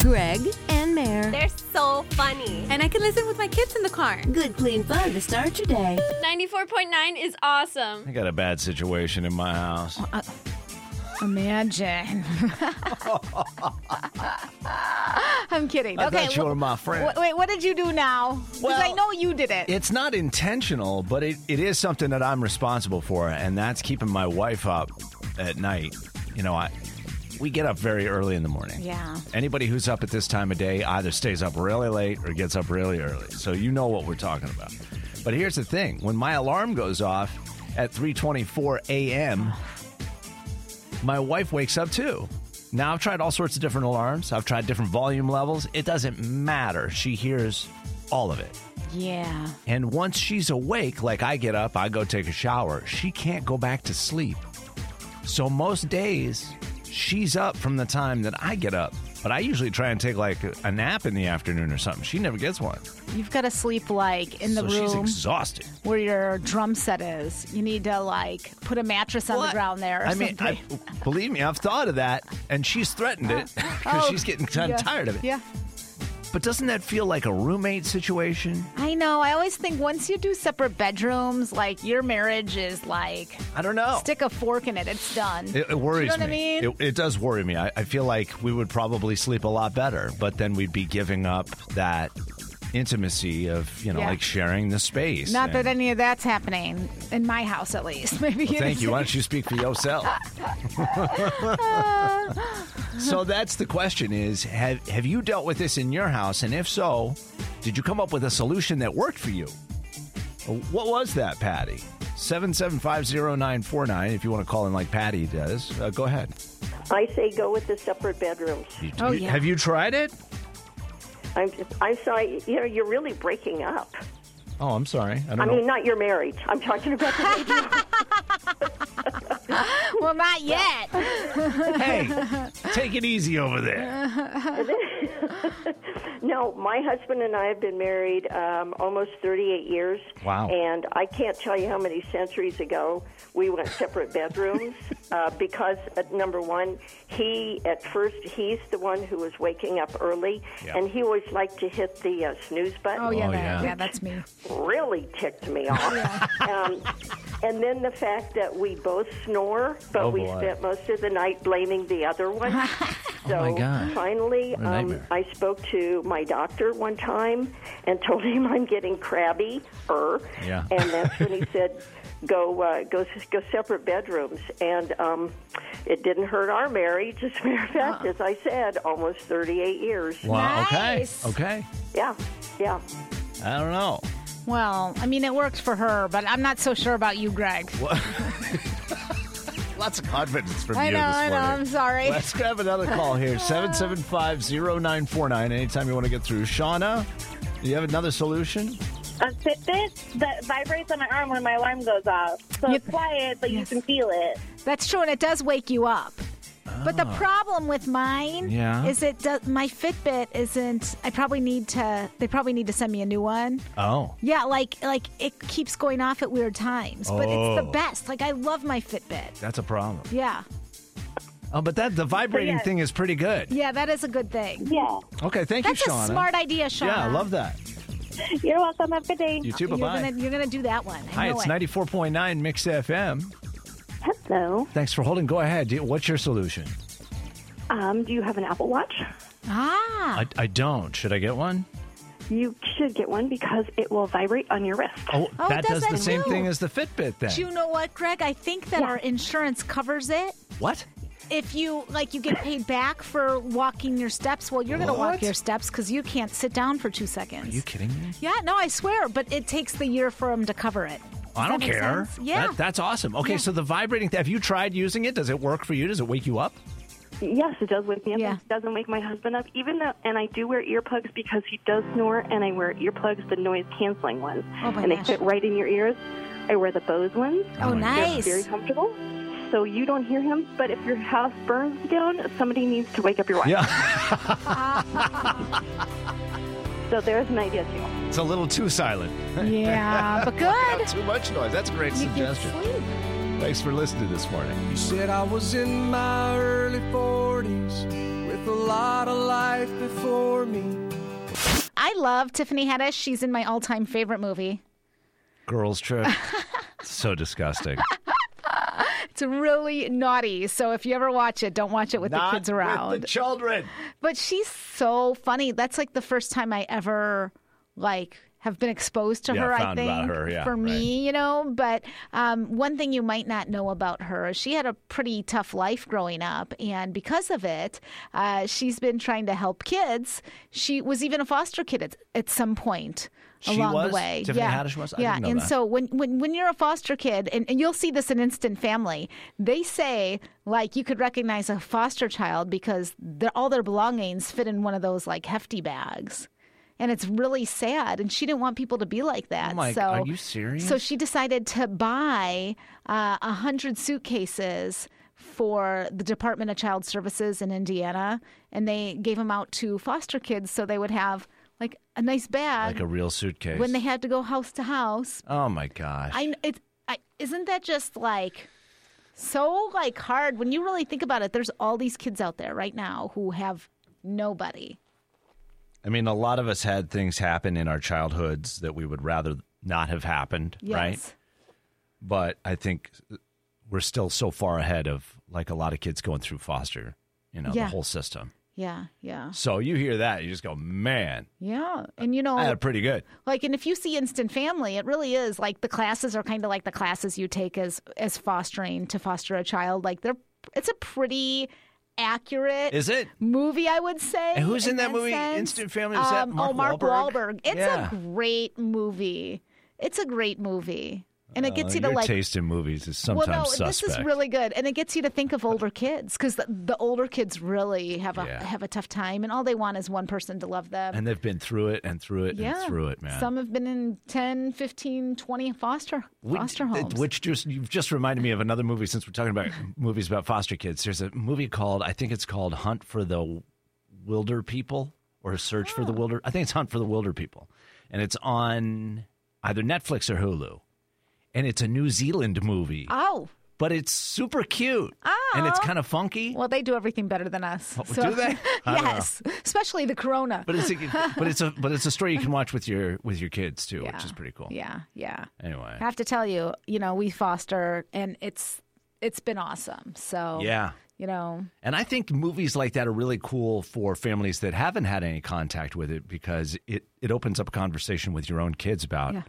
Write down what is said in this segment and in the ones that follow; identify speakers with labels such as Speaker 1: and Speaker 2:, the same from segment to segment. Speaker 1: Greg, and Mare.
Speaker 2: They're so funny.
Speaker 3: And I can listen with my kids in the car.
Speaker 1: Good, clean fun to start your day.
Speaker 4: 94.9 is awesome.
Speaker 5: I got a bad situation in my house.
Speaker 6: Imagine. I'm kidding.
Speaker 5: I
Speaker 6: okay.
Speaker 5: thought you were my friend.
Speaker 6: wh- wait, what did you do now? Because
Speaker 5: Well,
Speaker 6: I know you did it.
Speaker 5: It's not intentional, but it, it is something that I'm responsible for, and that's keeping my wife up at night. You know, I we get up very early in the morning.
Speaker 6: Yeah.
Speaker 5: Anybody who's up at this time of day either stays up really late or gets up really early. So you know what we're talking about. But here's the thing: when my alarm goes off at 3:24 a.m., my wife wakes up too. Now I've tried all sorts of different alarms. I've tried different volume levels. It doesn't matter. She hears all of it.
Speaker 6: yeah.
Speaker 5: And once she's awake, like I get up, I go take a shower, she can't go back to sleep. So most days, she's up from the time that I get up. But I usually try and take like a nap in the afternoon or something. She never gets one.
Speaker 6: You've got to sleep like in the
Speaker 5: so she's
Speaker 6: room
Speaker 5: exhausted.
Speaker 6: where your drum set is. You need to like put a mattress on the ground there. Or
Speaker 5: I mean, I,
Speaker 6: something.
Speaker 5: believe me, I've thought of that, and she's threatened it because she's getting kind
Speaker 6: Oh, yeah.
Speaker 5: of tired of it.
Speaker 6: Yeah.
Speaker 5: But doesn't that feel like a roommate situation?
Speaker 6: I know. I always think once you do separate bedrooms, like your marriage is like
Speaker 5: I don't know.
Speaker 6: stick a fork in it. It's done.
Speaker 5: It, it worries
Speaker 6: you know what I
Speaker 5: me.
Speaker 6: mean?
Speaker 5: It, it does worry me. I, I feel like we would probably sleep a lot better, but then we'd be giving up that intimacy of you know
Speaker 6: Yeah.
Speaker 5: like sharing the space.
Speaker 6: Not that
Speaker 5: And-
Speaker 6: any of that's happening in my house, at least. Maybe
Speaker 5: Well,
Speaker 6: it
Speaker 5: thank you.
Speaker 6: isn't.
Speaker 5: Why don't you speak for yourself? so that's the question: Is have have you dealt with this in your house? And if so, did you come up with a solution that worked for you? What was that, Patty? Seven seven five zero nine four nine. If you want to call in like Patty does, uh, go ahead.
Speaker 7: I say go with the separate bedrooms.
Speaker 5: You-
Speaker 6: Oh,
Speaker 5: you-
Speaker 6: yeah.
Speaker 5: Have you tried it?
Speaker 7: I'm I'm sorry. You know, you're really breaking up.
Speaker 5: Oh, I'm sorry. I don't
Speaker 7: I
Speaker 5: know.
Speaker 7: mean, not your marriage. I'm talking about the bedroom.
Speaker 6: Well, not yet.
Speaker 5: hey, take it easy over there.
Speaker 7: No, my husband and I have been married um, almost 38 years.
Speaker 5: Wow.
Speaker 7: And I can't tell you how many centuries ago we went separate bedrooms uh, because, uh, number one, he, at first, he's the one who was waking up early,
Speaker 5: Yeah.
Speaker 7: and he always liked to hit the uh, snooze button.
Speaker 6: Oh, yeah,
Speaker 5: Oh,
Speaker 6: that,
Speaker 5: yeah.
Speaker 6: yeah. that's me.
Speaker 7: Really ticked me off. um, and then the fact that we both snore, but
Speaker 5: Oh,
Speaker 7: we
Speaker 5: boy.
Speaker 7: spent most of the night blaming the other one.
Speaker 8: Oh,
Speaker 7: So
Speaker 5: my God.
Speaker 7: finally,
Speaker 5: What a
Speaker 7: um,
Speaker 5: nightmare.
Speaker 7: I spoke to my doctor one time and told him I'm getting crabby, er,
Speaker 5: Yeah.
Speaker 7: and that's when he said, "Go, uh, go, go separate bedrooms." And um, it didn't hurt our marriage. As a matter of fact, as I said, almost 38 years.
Speaker 5: Wow.
Speaker 6: Nice.
Speaker 5: Okay. Okay.
Speaker 7: Yeah, yeah.
Speaker 5: I don't know.
Speaker 6: Well, I mean, it worked for her, but I'm not so sure about you, Greg.
Speaker 5: Lots of confidence from
Speaker 6: I
Speaker 5: you
Speaker 6: know,
Speaker 5: this
Speaker 6: I know.
Speaker 5: morning.
Speaker 6: I'm sorry.
Speaker 5: Let's grab another call here. 775-0949. Anytime you want to get through. Shauna, do you have another solution?
Speaker 8: a Fitbit that vibrates on my arm when my alarm goes off. So
Speaker 6: Yep.
Speaker 8: it's quiet, but
Speaker 6: Yes.
Speaker 8: you can feel it.
Speaker 6: That's true, and it does wake you up. But the problem with mine
Speaker 5: Ah. Yeah.
Speaker 6: is it does, my Fitbit isn't. I probably need to. They probably need to send me a new one.
Speaker 5: Oh.
Speaker 6: Yeah, like like it keeps going off at weird times, but it's
Speaker 5: Oh.
Speaker 6: the best. Like I love my Fitbit.
Speaker 5: That's a problem.
Speaker 6: Yeah,
Speaker 5: Oh, but that the vibrating
Speaker 8: yeah.
Speaker 5: thing is pretty good.
Speaker 6: yeah, that is a good thing.
Speaker 8: Yeah.
Speaker 5: Okay, thank
Speaker 6: That's
Speaker 5: you,
Speaker 6: a
Speaker 5: Shauna.
Speaker 6: smart idea, Sean.
Speaker 5: Yeah, I love that.
Speaker 8: You're welcome. Have a good day.
Speaker 5: You too,
Speaker 6: You're
Speaker 5: bye-bye.
Speaker 6: gonna, you're gonna do that one. I
Speaker 5: Hi,
Speaker 6: know
Speaker 5: it's
Speaker 6: it.
Speaker 5: 94.9 Mix FM.
Speaker 8: Hello.
Speaker 5: Thanks for holding. Go ahead. Do- What's your solution?
Speaker 7: Um, do you have an Apple Watch?
Speaker 6: Ah,
Speaker 5: I, I don't. Should I get one?
Speaker 7: You should get one because it will vibrate on your wrist.
Speaker 5: Oh,
Speaker 6: Oh,
Speaker 5: that does,
Speaker 6: does
Speaker 5: the
Speaker 6: that
Speaker 5: same
Speaker 6: too?
Speaker 5: thing as the Fitbit then.
Speaker 6: do you know what, Greg? I think that our insurance covers it.
Speaker 5: What?
Speaker 6: If you like, you get paid back for walking your steps. Well, you're gonna
Speaker 5: What?
Speaker 6: walk your steps because you can't sit down for two seconds.
Speaker 5: Are you kidding me?
Speaker 6: yeah, no, I swear. But it takes the year for them to cover it.
Speaker 5: I
Speaker 6: that
Speaker 5: don't
Speaker 6: make
Speaker 5: care.
Speaker 6: sense? Yeah.
Speaker 5: That- that's awesome. Okay, so the vibrating th- have you tried using it? Does it work for you? Does it wake you up?
Speaker 7: Yes, it does wake me up.
Speaker 6: Yeah.
Speaker 7: It doesn't wake my husband up. Even though, and I do wear earplugs because he does snore, and I wear earplugs, the noise canceling ones,
Speaker 6: Oh, my
Speaker 7: and
Speaker 6: gosh.
Speaker 7: they fit right in your ears. I wear the Bose ones.
Speaker 6: Oh, nice.
Speaker 7: Very comfortable. So you don't hear him, but if your house burns down, somebody needs to wake up your wife.
Speaker 5: Yeah.
Speaker 7: So there's an idea too.
Speaker 5: it's a little too silent.
Speaker 6: Yeah, but good.
Speaker 5: Too much noise. That's a great suggestion. Thanks for listening this morning.
Speaker 9: You said I was in my early 40s with a lot of life before.
Speaker 6: love Tiffany Haddish. She's in my all time favorite movie.
Speaker 5: Girls trip. so disgusting.
Speaker 6: It's really naughty. So if you ever watch it, don't watch it with
Speaker 5: Not
Speaker 6: the kids around.
Speaker 5: With the children.
Speaker 6: But she's so funny. That's like the first time I ever like have been exposed to
Speaker 5: Yeah,
Speaker 6: her.
Speaker 5: found
Speaker 6: I think
Speaker 5: about her, yeah,
Speaker 6: for
Speaker 5: right.
Speaker 6: me, you know. But um, one thing you might not know about her is she had a pretty tough life growing up, and because of it, uh, she's been trying to help kids. She was even a foster kid at, at some point.
Speaker 5: She
Speaker 6: along
Speaker 5: was?
Speaker 6: the way,
Speaker 5: Tiffany
Speaker 6: yeah,
Speaker 5: Haddish was? I
Speaker 6: yeah,
Speaker 5: didn't know
Speaker 6: and
Speaker 5: that.
Speaker 6: so when, when when you're a foster kid, and, and you'll see this in Instant Family, they say like you could recognize a foster child because their all their belongings fit in one of those like hefty bags, and it's really sad. And she didn't want people to be like that.
Speaker 5: Oh my-
Speaker 6: so
Speaker 5: are you serious?
Speaker 6: So she decided to buy uh, a hundred suitcases. For the Department of Child Services in Indiana, and they gave them out to foster kids so they would have like a nice bag
Speaker 5: Like a real suitcase.
Speaker 6: when they had to go house to house.
Speaker 5: oh my gosh.
Speaker 6: I it I, isn't that just like so like hard when you really think about it. There's all these kids out there right now who have nobody.
Speaker 5: I mean, a lot of us had things happen in our childhoods that we would rather not have happened,
Speaker 6: Yes.
Speaker 5: right? But I think we're still so far ahead of like a lot of kids going through foster, you know,
Speaker 6: Yeah.
Speaker 5: the whole system.
Speaker 6: Yeah, yeah,
Speaker 5: So you hear that, you just go, man,
Speaker 6: yeah. And you know,
Speaker 5: I had it pretty good.
Speaker 6: like, and if you see Instant Family, it really is like the classes are kind of like the classes you take as as fostering to foster a child. Like, they're it's a pretty accurate
Speaker 5: Is it?
Speaker 6: movie, I would say.
Speaker 5: And who's in that movie,
Speaker 6: sense.
Speaker 5: Instant Family? Is that Mark
Speaker 6: oh, Mark
Speaker 5: Wahlberg?
Speaker 6: Wahlberg. It's
Speaker 5: Yeah.
Speaker 6: a great movie. It's a great movie, and it gets
Speaker 5: Uh,
Speaker 6: you to
Speaker 5: your
Speaker 6: like.
Speaker 5: taste in movies is
Speaker 6: well,
Speaker 5: sometimes
Speaker 6: no,
Speaker 5: suspect.
Speaker 6: this is really good, and it gets you to think of older kids because the, the older kids really have a
Speaker 5: Yeah.
Speaker 6: have a tough time, and all they want is one person to love them.
Speaker 5: and they've been through it and through it
Speaker 6: yeah,
Speaker 5: and through it, man.
Speaker 6: Some have been in 10, 15, 20 foster
Speaker 5: Which-
Speaker 6: foster
Speaker 5: th-
Speaker 6: homes.
Speaker 5: Which just you've just reminded me of another movie since we're talking about movies about foster kids. There's a movie called I think it's called Hunt for the Wilder People or Search for
Speaker 6: Oh.
Speaker 5: the Wilder. I think it's Hunt for the Wilder People, and it's on either Netflix or Hulu, and it's a New Zealand movie,
Speaker 6: oh,
Speaker 5: but it's super cute and it's
Speaker 6: Oh.
Speaker 5: kind of funky.
Speaker 6: well, they do everything better than us. so-
Speaker 5: Oh, do they? I don't know.
Speaker 6: yes, especially the Corona.
Speaker 5: But it's a, but it's a but it's a story you can watch with your with your kids too, which
Speaker 6: Yeah.
Speaker 5: is pretty cool.
Speaker 6: yeah, yeah.
Speaker 5: Anyway,
Speaker 6: I have to tell you, you know, we foster and it's it's been awesome. So
Speaker 5: yeah.
Speaker 6: you know,
Speaker 5: And I think movies like that are really cool for families that haven't had any contact with it because it, it opens up a conversation with your own kids about
Speaker 6: Yeah.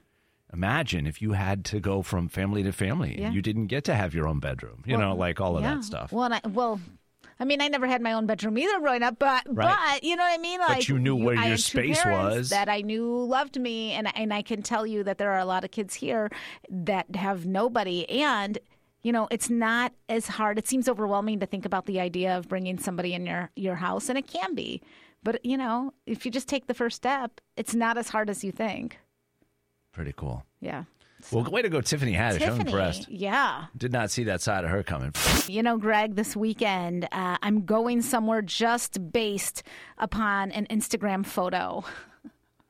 Speaker 5: imagine if you had to go from family to family
Speaker 6: Yeah.
Speaker 5: and you didn't get to have your own bedroom, you know, like all of
Speaker 6: yeah.
Speaker 5: that stuff.
Speaker 6: Well, and I, well, I mean, I never had my own bedroom either growing up, but
Speaker 5: Right.
Speaker 6: but you know what I mean. Like
Speaker 5: you knew where
Speaker 6: I
Speaker 5: your
Speaker 6: had two
Speaker 5: space
Speaker 6: parents
Speaker 5: was.
Speaker 6: that I knew loved me, and and I can tell you that there are a lot of kids here that have nobody and. You know, it's not as hard. It seems overwhelming to think about the idea of bringing somebody in your, your house, and it can be. But, you know, if you just take the first step, it's not as hard as you think.
Speaker 5: Pretty cool.
Speaker 6: Yeah.
Speaker 5: Well, way to go, Tiffany Haddish. I'm
Speaker 6: Tiffany.
Speaker 5: impressed.
Speaker 6: Yeah.
Speaker 5: Did not see that side of her coming.
Speaker 6: You know, Greg, this weekend uh, I'm going somewhere just based upon an Instagram photo.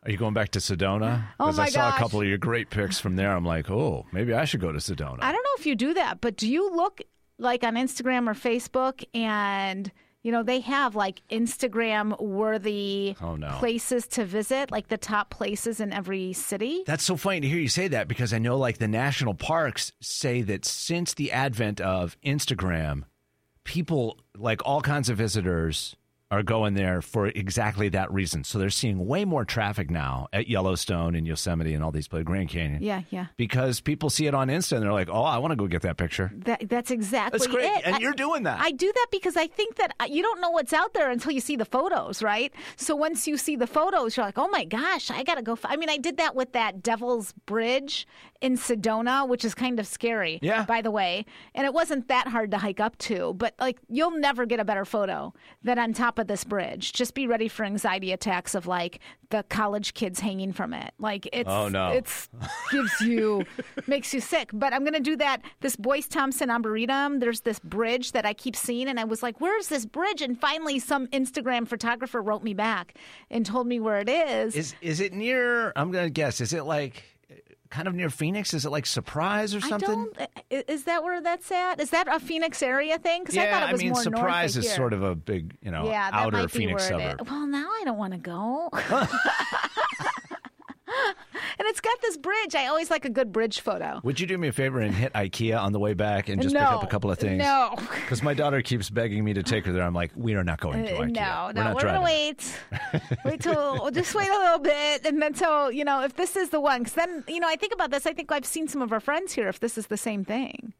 Speaker 5: Are you going back to Sedona?
Speaker 6: Oh
Speaker 5: Because I
Speaker 6: my
Speaker 5: saw a
Speaker 6: gosh.
Speaker 5: couple of your great pics from there. I'm like, oh, maybe I should go to Sedona.
Speaker 6: I don't know if you do that, but do you look like on Instagram or Facebook and you know they have like Instagram worthy
Speaker 5: Oh, no.
Speaker 6: places to visit, like the top places in every city?
Speaker 5: That's so funny to hear you say that because I know like the national parks say that since the advent of Instagram, people like all kinds of visitors are going there for exactly that reason. So they're seeing way more traffic now at Yellowstone and Yosemite and all these places, Grand Canyon.
Speaker 6: Yeah, yeah.
Speaker 5: Because people see it on Insta and they're like, "Oh, I want to go get that picture."
Speaker 6: That, that's exactly
Speaker 5: That's great.
Speaker 6: it.
Speaker 5: And
Speaker 6: I-
Speaker 5: you're doing that.
Speaker 6: I do that because I think that uh, you don't know what's out there until you see the photos, right? So once you see the photos, you're like, oh my gosh, I got to go. F-. I mean, I did that with that Devil's Bridge in Sedona, which is kind of scary,
Speaker 5: Yeah.
Speaker 6: by the way. And it wasn't that hard to hike up to, but like you'll never get a better photo than on top of this bridge. Just be ready for anxiety attacks of like the college kids hanging from it. Like it's,
Speaker 5: Oh, no.
Speaker 6: it's gives you makes you sick. But I'm gonna do that. This Boyce Thompson Arboretum. There's this bridge that I keep seeing, and I was like, "Where's this bridge?" And finally, some Instagram photographer wrote me back and told me where it is.
Speaker 5: Is is it near? I'm gonna guess. Is it like kind of near Phoenix? Is it like Surprise or something?
Speaker 6: I don't. i- i- Is that where that's at? Is that a Phoenix area thing? Because
Speaker 5: yeah,
Speaker 6: I thought it was
Speaker 5: mean,
Speaker 6: more
Speaker 5: Surprise
Speaker 6: north
Speaker 5: is sort of a big, you know,
Speaker 6: yeah, that
Speaker 5: outer
Speaker 6: might be
Speaker 5: Phoenix
Speaker 6: where it is.
Speaker 5: suburb.
Speaker 6: Well, now I don't want to go. and it's got this bridge. I always like a good bridge photo.
Speaker 5: Would you do me a favor and hit IKEA on the way back and just
Speaker 6: no,
Speaker 5: pick up a couple of things?
Speaker 6: No,
Speaker 5: Because my daughter keeps begging me to take her there. I'm like, we are not going to
Speaker 6: Uh,
Speaker 5: IKEA.
Speaker 6: no,
Speaker 5: we're
Speaker 6: no.
Speaker 5: not
Speaker 6: We're,
Speaker 5: driving.
Speaker 6: gonna wait. wait till we'll just wait a little bit, and then so you know if this is the one. Because then you know I think about this. I think I've seen some of our friends here. If this is the same thing,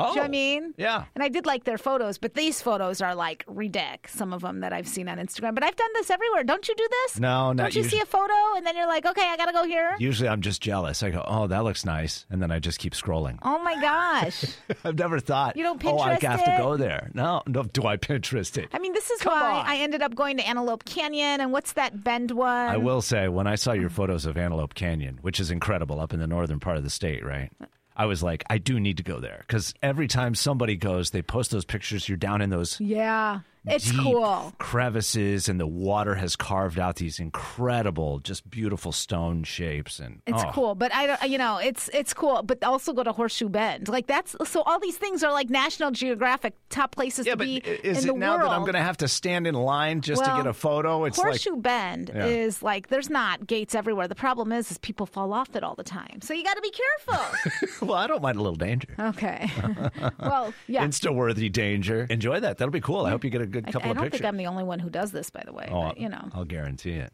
Speaker 5: Oh,
Speaker 6: do you know what I mean?
Speaker 5: Yeah.
Speaker 6: And I did like their photos, but these photos are like redeck. Some of them that I've seen on Instagram. But I've done this everywhere. Don't you do this?
Speaker 5: No, not
Speaker 6: Don't you
Speaker 5: usually.
Speaker 6: see a photo and then you're like, okay, I gotta go here.
Speaker 5: Usually I'm just jealous. I go, oh, that looks nice. And then I just keep scrolling.
Speaker 6: Oh my gosh.
Speaker 5: I've never thought,
Speaker 6: You don't
Speaker 5: oh, I
Speaker 6: Pinterest
Speaker 5: have to
Speaker 6: it?
Speaker 5: go there. No, no, do I Pinterest it?
Speaker 6: I mean, this is why I ended up going to Antelope Canyon and what's that bend one?
Speaker 5: I will say, when I saw your photos of Antelope Canyon, which is incredible up in the northern part of the state, right?
Speaker 6: Uh,
Speaker 5: I was like, I do need to go there because every time somebody goes, they post those pictures. You're down in those
Speaker 6: Yeah. It's
Speaker 5: deep
Speaker 6: cool.
Speaker 5: crevices, and the water has carved out these incredible, just beautiful stone shapes. And
Speaker 6: It's
Speaker 5: oh,
Speaker 6: cool, but I don't, you know, it's it's cool, but also go to Horseshoe Bend. Like that's so all these things are like National Geographic top places
Speaker 5: Yeah,
Speaker 6: to
Speaker 5: but
Speaker 6: be
Speaker 5: i- is
Speaker 6: in
Speaker 5: it
Speaker 6: the
Speaker 5: now
Speaker 6: world.
Speaker 5: that I'm going to have to stand in line just
Speaker 6: Well,
Speaker 5: to get a photo? It's
Speaker 6: Horseshoe Bend
Speaker 5: Yeah.
Speaker 6: is like there's not gates everywhere. The problem is, is people fall off it all the time. So you got to be careful.
Speaker 5: like, well, I don't mind a little danger.
Speaker 6: okay. well, yeah.
Speaker 5: Insta worthy danger. Enjoy that. That'll be cool. I hope you get a good
Speaker 6: I, I
Speaker 5: couple
Speaker 6: don't
Speaker 5: of pictures.
Speaker 6: think I'm the only one who does this, by the way.
Speaker 5: Oh,
Speaker 6: but, you know,
Speaker 5: I'll guarantee it.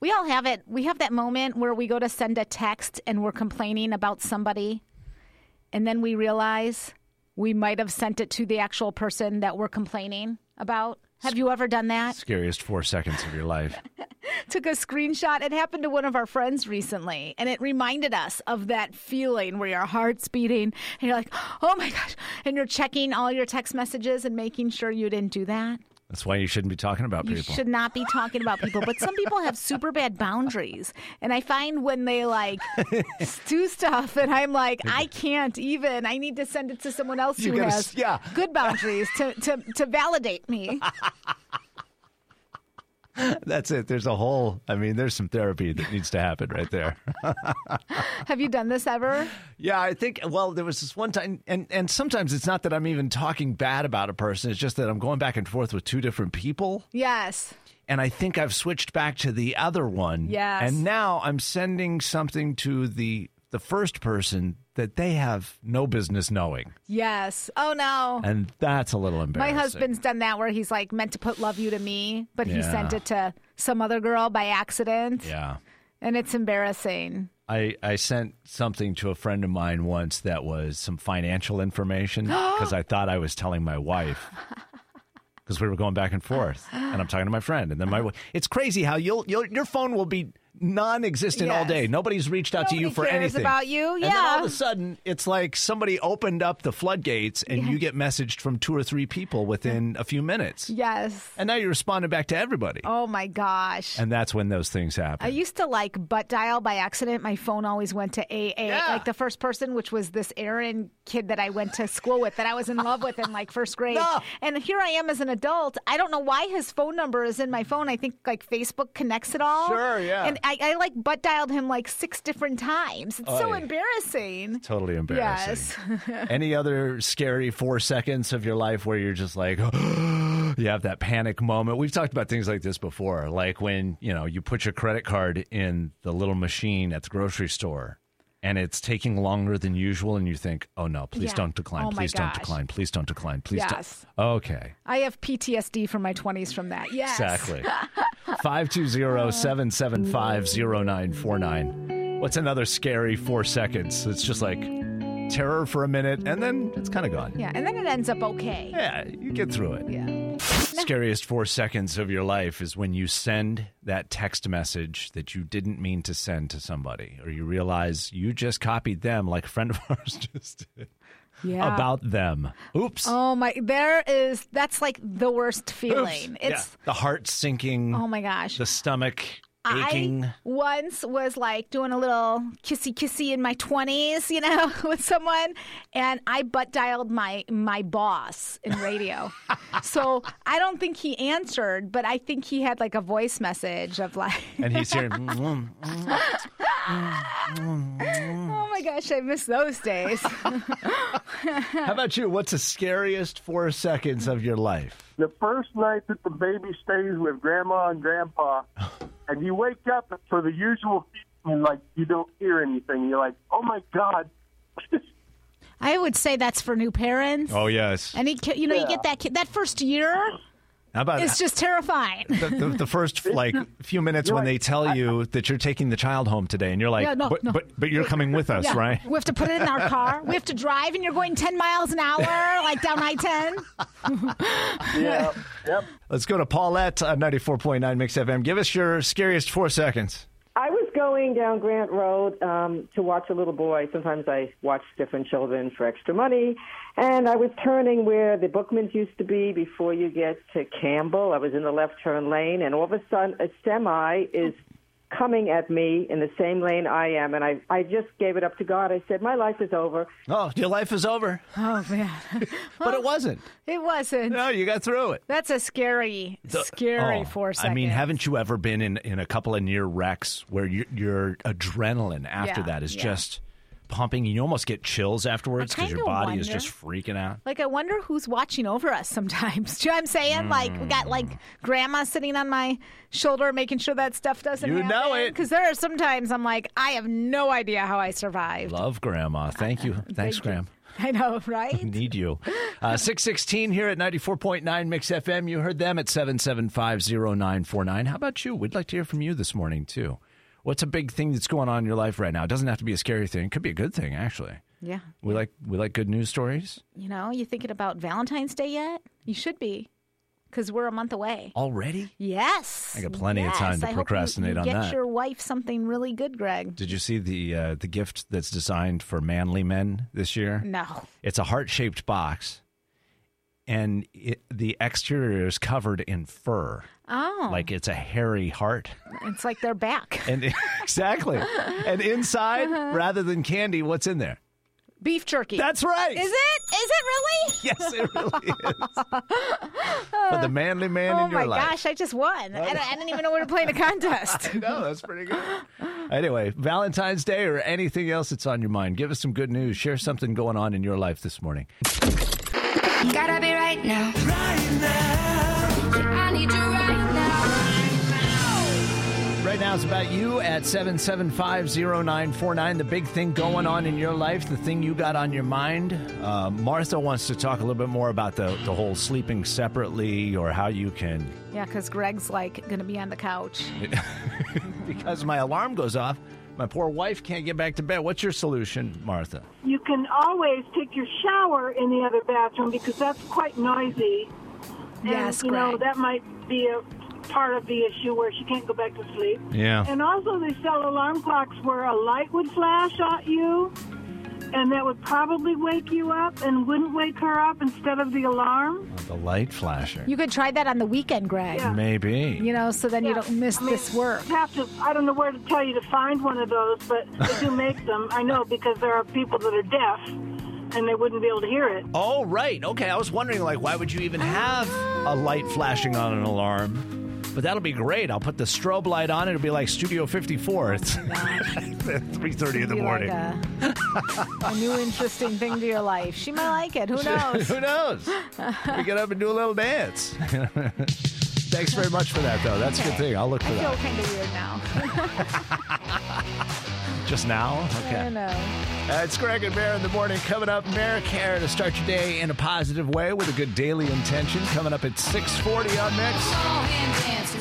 Speaker 6: we all have it. We have that moment where we go to send a text and we're complaining about somebody, and then we realize we might have sent it to the actual person that we're complaining about. Have you ever done that?
Speaker 5: Scariest four seconds of your life.
Speaker 6: took a screenshot. It happened to one of our friends recently, and it reminded us of that feeling where your heart's beating and you're like, oh my gosh. And you're checking all your text messages and making sure you didn't do that.
Speaker 5: That's why you shouldn't be talking about
Speaker 6: You
Speaker 5: people.
Speaker 6: should not be talking about people, but some people have super bad boundaries. And I find when they like do stuff, and I'm like, I can't even. I need to send it to someone else
Speaker 5: You
Speaker 6: who
Speaker 5: gotta
Speaker 6: has
Speaker 5: s- yeah.
Speaker 6: good boundaries to, to, to validate me.
Speaker 5: That's it. There's a whole, I mean, there's some therapy that needs to happen right there.
Speaker 6: have you done this ever?
Speaker 5: Yeah, I think. Well, there was this one time, and and sometimes it's not that I'm even talking bad about a person. It's just that I'm going back and forth with two different people,
Speaker 6: Yes.
Speaker 5: and I think I've switched back to the other one.
Speaker 6: Yes.
Speaker 5: And now I'm sending something to the the first person that they have no business knowing,
Speaker 6: Yes. Oh, no.
Speaker 5: and that's a little
Speaker 6: My
Speaker 5: embarrassing.
Speaker 6: husband's done that where he's like meant to put love you to me, but he
Speaker 5: Yeah.
Speaker 6: sent it to some other girl by accident.
Speaker 5: Yeah.
Speaker 6: And it's embarrassing.
Speaker 5: I, I sent something to a friend of mine once that was some financial information because I thought I was telling my wife because we were going back and forth and I'm talking to my friend and then my wi- it's crazy how you'll, you'll your phone will be non-existent all
Speaker 6: Yes.
Speaker 5: day nobody's reached out to you
Speaker 6: Nobody
Speaker 5: for
Speaker 6: cares
Speaker 5: anything
Speaker 6: about you,
Speaker 5: and then all of
Speaker 6: yeah.
Speaker 5: a sudden it's like somebody opened up the floodgates and you get messaged from two or three people within a few minutes
Speaker 6: Yes.
Speaker 5: and now you're responding back to everybody
Speaker 6: Oh my gosh.
Speaker 5: and that's when those things happen
Speaker 6: I used to like butt dial by accident. My phone always went to AA.
Speaker 5: Yeah.
Speaker 6: Like the first person, which was this Aaron kid that I went to school with, that I was in love with in like first grade.
Speaker 5: No.
Speaker 6: And here I am as an adult. I don't know why his phone number is in my phone. I think like Facebook connects it all.
Speaker 5: Sure, yeah.
Speaker 6: And I, I like butt dialed him like six different times. It's so
Speaker 5: Oy.
Speaker 6: embarrassing.
Speaker 5: Totally embarrassing. Any other scary four seconds of your life where you're just like, you have that panic moment? We've talked about things like this before, like when you know you put your credit card in the little machine at the grocery store, and it's taking longer than usual, and you think, oh no, please
Speaker 6: Yeah.
Speaker 5: don't decline,
Speaker 6: Oh, my
Speaker 5: please don't
Speaker 6: gosh.
Speaker 5: decline, please don't decline, please
Speaker 6: Yes.
Speaker 5: don't. Okay,
Speaker 6: I have PTSD from my 20s from that. Yes.
Speaker 5: exactly. Five two zero seven seven five zero nine four nine. What's another scary four seconds? It's just like terror for a minute, and then it's kind of gone.
Speaker 6: Yeah. And then it ends up okay.
Speaker 5: Yeah, you get through it.
Speaker 6: Yeah.
Speaker 5: Scariest four seconds of your life is when you send that text message that you didn't mean to send to somebody, or you realize you just copied them like a friend of ours just did
Speaker 6: Yeah.
Speaker 5: about them. Oops.
Speaker 6: Oh my! There is that's like the worst feeling.
Speaker 5: Oops. Yeah.
Speaker 6: It's
Speaker 5: The heart sinking,
Speaker 6: oh my gosh.
Speaker 5: the stomach aching.
Speaker 6: I once was like doing a little kissy kissy in my twenties, you know, with someone, and I butt dialed my my boss in radio. so I don't think he answered, but I think he had like a voice message of like,
Speaker 5: And he's hearing, "Mm, mm, mm."
Speaker 6: Oh my gosh, I miss those days.
Speaker 5: How about you? What's the scariest four seconds of your life?
Speaker 2: the first night that the baby stays with grandma and grandpa, and you wake up for the usual feeding, and like you don't hear anything. You're like, oh my god.
Speaker 6: I would say that's for new parents.
Speaker 5: Oh yes.
Speaker 6: And he, ca- you know, you get that kid that first year
Speaker 5: How about
Speaker 6: is just terrifying.
Speaker 5: the, the, the first like few minutes when they tell you that you're taking the child home today, and you're like,
Speaker 6: Yeah, no,
Speaker 5: but,
Speaker 6: no.
Speaker 5: but but you're coming with us,
Speaker 6: Yeah.
Speaker 5: right?
Speaker 6: We have to put it in our car. We have to drive, and you're going 10 miles an hour, like down I 10.
Speaker 2: Yeah. yep.
Speaker 5: Let's go to Paulette, uh, ninety four point nine Mix FM. Give us your scariest four seconds.
Speaker 9: I was going down Grant Road um, to watch a little boy. Sometimes I watch different children for extra money. And I was turning where the Bookmans used to be before you get to Campbell. I was in the left turn lane, and all of a sudden, a semi is coming at me in the same lane I am. And I, I just gave it up to God. I said, My life is over.
Speaker 5: Oh, your life is over,
Speaker 6: Oh, man.
Speaker 5: but it wasn't.
Speaker 6: It wasn't.
Speaker 5: No, you got through it.
Speaker 6: That's a scary, scary
Speaker 5: Oh,
Speaker 6: four seconds.
Speaker 5: I mean, haven't you ever been in, in a couple of near wrecks where your, your adrenaline after
Speaker 6: Yeah,
Speaker 5: that is
Speaker 6: yeah.
Speaker 5: just pumping? and You almost get chills afterwards because your
Speaker 6: kinda
Speaker 5: body is
Speaker 6: wonder-
Speaker 5: just freaking out.
Speaker 6: Like, I wonder who's watching over us sometimes. Do you know what I'm saying?
Speaker 5: Hmm.
Speaker 6: Like, we got like grandma sitting on my shoulder making sure that stuff doesn't
Speaker 5: You know it.
Speaker 6: Because there are sometimes I'm like, I have no idea how I survived.
Speaker 5: Love Grandma. Thank you. Thanks, Graham.
Speaker 6: I know, right?
Speaker 5: Need you. Uh, 616 here at 94.9 Mix FM. You heard them at 7750949. How about you? We'd like to hear from you this morning, too. What's a big thing that's going on in your life right now? It doesn't have to be a scary thing. It could be a good thing, actually.
Speaker 6: Yeah.
Speaker 5: We like we like good news stories.
Speaker 6: You know, you thinking about Valentine's Day yet? You should be, because we're a month away.
Speaker 5: Already?
Speaker 6: Yes.
Speaker 5: I got plenty of
Speaker 6: yes.
Speaker 5: time to
Speaker 6: I hope you-
Speaker 5: procrastinate
Speaker 6: you
Speaker 5: on
Speaker 6: get
Speaker 5: that.
Speaker 6: your wife something really good, Greg.
Speaker 5: Did you see the uh, the gift that's designed for manly men this year?
Speaker 6: No.
Speaker 5: It's a heart shaped box, and it, the exterior is covered in fur,
Speaker 6: Oh.
Speaker 5: like it's a hairy heart.
Speaker 6: it's like they're back.
Speaker 5: And exactly, and inside,
Speaker 6: Uh-huh.
Speaker 5: rather than candy, what's in there?
Speaker 6: Beef jerky.
Speaker 5: That's right.
Speaker 6: Is it? Is it really?
Speaker 5: Yes, it really is. for the manly man
Speaker 6: oh
Speaker 5: in your
Speaker 6: my
Speaker 5: life.
Speaker 6: gosh, I just won. I, don't- I didn't even know we were playing a contest.
Speaker 5: No, that's pretty good. Anyway, Valentine's Day or anything else that's on your mind, give us some good news. Share something going on in your life this morning.
Speaker 1: Gotta be right now. I need you right now.
Speaker 5: Right now, it's about you at 7750949. The big thing going on in your life, the thing you got on your mind. Uh, Martha wants to talk a little bit more about the, the whole sleeping separately or how you can.
Speaker 6: yeah, because Greg's like going to be on the couch.
Speaker 5: Because my alarm goes off, my poor wife can't get back to bed. What's your solution, Martha?
Speaker 8: You can always take your shower in the other bathroom because that's quite noisy. And,
Speaker 6: Yes,
Speaker 8: you know
Speaker 6: Greg.
Speaker 8: that might be a part of the issue where she can't go back to sleep.
Speaker 5: Yeah.
Speaker 8: And also, they sell alarm clocks where a light would flash at you, and that would probably wake you up and wouldn't wake her up instead of the alarm.
Speaker 5: The light flasher.
Speaker 6: You could try that on the weekend, Greg.
Speaker 5: Maybe.
Speaker 6: You know, so then you
Speaker 8: Yeah.
Speaker 6: don't miss
Speaker 8: I mean,
Speaker 6: this work.
Speaker 8: You have to. I don't know where to tell you to find one of those, but they do make them. I know because there are people that are deaf, and they wouldn't be able to hear it.
Speaker 5: Oh, right. Okay. I was wondering, like, why would you even have a light flashing on an alarm? But that'll be great. I'll put the strobe light on. It'll be like Studio 54. It's 3.30 in the
Speaker 6: Be
Speaker 5: morning.
Speaker 6: Like a, a new interesting thing to your life. She might like it. Who knows?
Speaker 5: Who knows? we get up and do a little dance. Thanks very much for that, though. That's a good thing. I'll look for
Speaker 6: I feel
Speaker 5: that.
Speaker 6: kind of weird now.
Speaker 5: Just now?
Speaker 6: I
Speaker 5: Okay.
Speaker 6: know.
Speaker 5: Uh, it's Greg and Bear in the morning. Coming up, Mara Care to start your day in a positive way with a good daily intention. Coming up at 6.40 on Mix.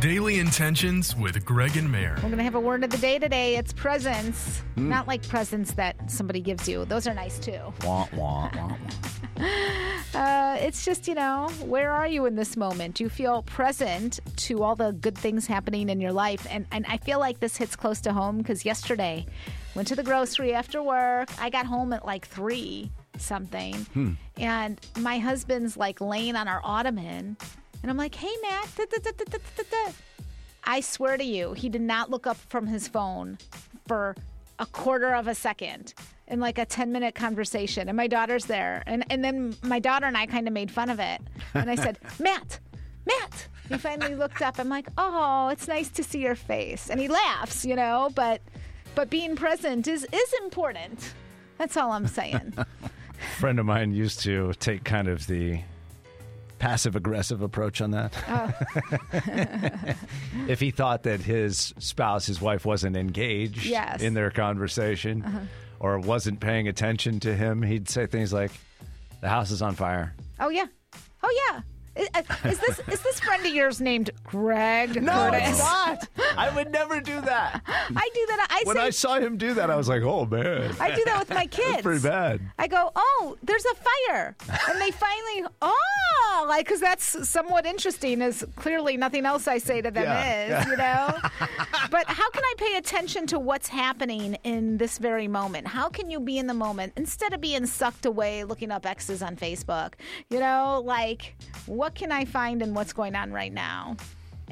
Speaker 10: Daily Intentions with Greg and Mayor.
Speaker 6: We're going to have a word of the day today. It's presents.
Speaker 5: Mm.
Speaker 6: Not like presents that somebody gives you. Those are nice too.
Speaker 5: Wah, wah, wah, wah.
Speaker 6: Uh, it's just, you know, where are you in this moment? Do you feel present to all the good things happening in your life? And, and I feel like this hits close to home because yesterday went to the grocery after work. I got home at like three something. And my husband's like laying on our ottoman. And I'm like, hey, Matt. da, da, da, da, da, da, da." I swear to you, he did not look up from his phone for a quarter of a second in like a 10 minute conversation. And my daughter's there. And, and then my daughter and I kind of made fun of it. And I said, Matt, Matt, He finally looked up. I'm like, oh, it's nice to see your face. And he laughs, you know, but but being present is is important. That's all I'm saying.
Speaker 5: friend of mine used to take kind of the passive aggressive approach on that. if he thought that his spouse, his wife, wasn't engaged
Speaker 6: Yes.
Speaker 5: in their conversation or wasn't paying attention to him, he'd say things like, The house is on fire.
Speaker 6: oh yeah, oh yeah. I- I- Is this is this friend of yours named Greg? Curtis?
Speaker 5: not. I would never do that.
Speaker 6: I do that. I
Speaker 5: When
Speaker 6: say,
Speaker 5: I saw him do that, I was like, Oh, man.
Speaker 6: I do that with my kids.
Speaker 5: That's pretty bad.
Speaker 6: I go, oh, there's a fire, and they finally, oh, like because that's somewhat interesting. Is clearly nothing else I say to them
Speaker 5: Yeah.
Speaker 6: is, you know. but how can I pay attention to what's happening in this very moment? How can you be in the moment instead of being sucked away looking up exes on Facebook? You know, like what can I find in what's going on right now?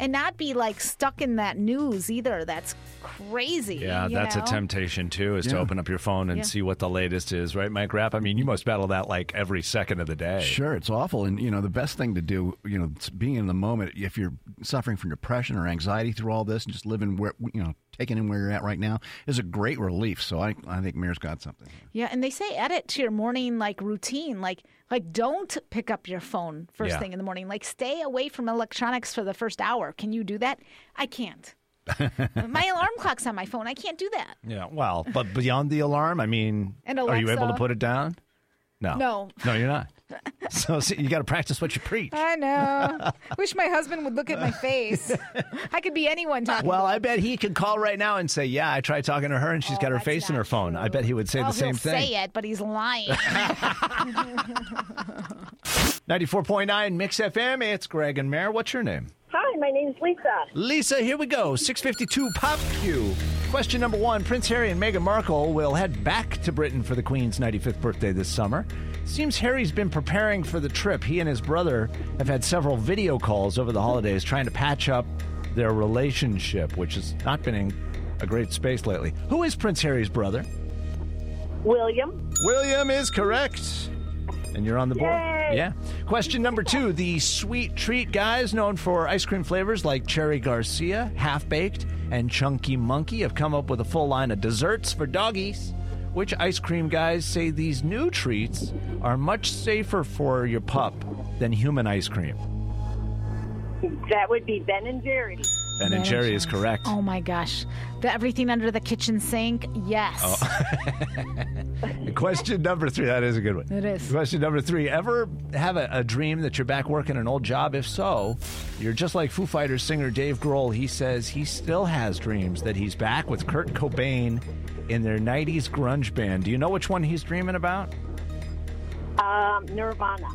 Speaker 6: And not be like stuck in that news either. That's crazy.
Speaker 5: Yeah,
Speaker 6: you
Speaker 5: that's
Speaker 6: know?
Speaker 5: a temptation too, is to
Speaker 11: Yeah.
Speaker 5: open up your phone and
Speaker 6: Yeah.
Speaker 5: see what the latest is, right, Mike Rapp? I mean, you must battle that like every second of the day.
Speaker 11: Sure, it's awful, and you know the best thing to do, you know, it's being in the moment. If you're suffering from depression or anxiety through all this, and just living where you know, taking in where you're at right now is a great relief. So I, I think Mayor's got something.
Speaker 6: Yeah, and they say add it to your morning like routine. Like like don't pick up your phone first
Speaker 5: Yeah.
Speaker 6: thing in the morning. Like stay away from electronics for the first hour. Can you do that? I can't. my alarm clock's on my phone. I can't do that.
Speaker 5: Yeah, well, but beyond the alarm, I mean,
Speaker 6: And
Speaker 5: are you able to
Speaker 6: Alexa.
Speaker 5: put it down? No.
Speaker 6: No. Uh,
Speaker 5: No, you're not. so see, you got to practice what you preach.
Speaker 6: I know. Wish my husband would look at my face. I could be anyone talking.
Speaker 5: Well, I bet he could call right now and say, "Yeah, I tried talking to her, and she's got her
Speaker 6: Oh, that's
Speaker 5: face in
Speaker 6: not
Speaker 5: her phone." I bet he would say
Speaker 6: Well,
Speaker 5: the same
Speaker 6: he'll
Speaker 5: thing.
Speaker 6: Say it, but he's lying.
Speaker 5: Ninety-four point nine Mix FM. It's Greg and Mare. What's your name?
Speaker 12: Hi, my name's Lisa.
Speaker 5: Lisa, here we go. 652 Pop Q. Question number one Prince Harry and Meghan Markle will head back to Britain for the Queen's 95th birthday this summer. Seems Harry's been preparing for the trip. He and his brother have had several video calls over the holidays trying to patch up their relationship, which has not been in a great space lately. Who is Prince Harry's brother?
Speaker 12: William.
Speaker 5: William is correct. And you're on the board.
Speaker 12: Yay.
Speaker 5: Yeah. Question number two the sweet treat guys, known for ice cream flavors like Cherry Garcia, Half Baked, and Chunky Monkey, have come up with a full line of desserts for doggies. Which ice cream guys say these new treats are much safer for your pup than human ice cream?
Speaker 12: That would be Ben and Jerry.
Speaker 5: Ben and Jerry is correct.
Speaker 6: oh my gosh, the everything under the kitchen sink. Yes.
Speaker 5: Oh. Question number three. That is a good one.
Speaker 6: It is.
Speaker 5: Question number three. Ever have a, a dream that you're back working an old job? If so, you're just like Foo Fighters singer Dave Grohl. He says he still has dreams that he's back with Kurt Cobain in their 90s grunge band. Do you know which one he's dreaming about?
Speaker 12: Um, Nirvana.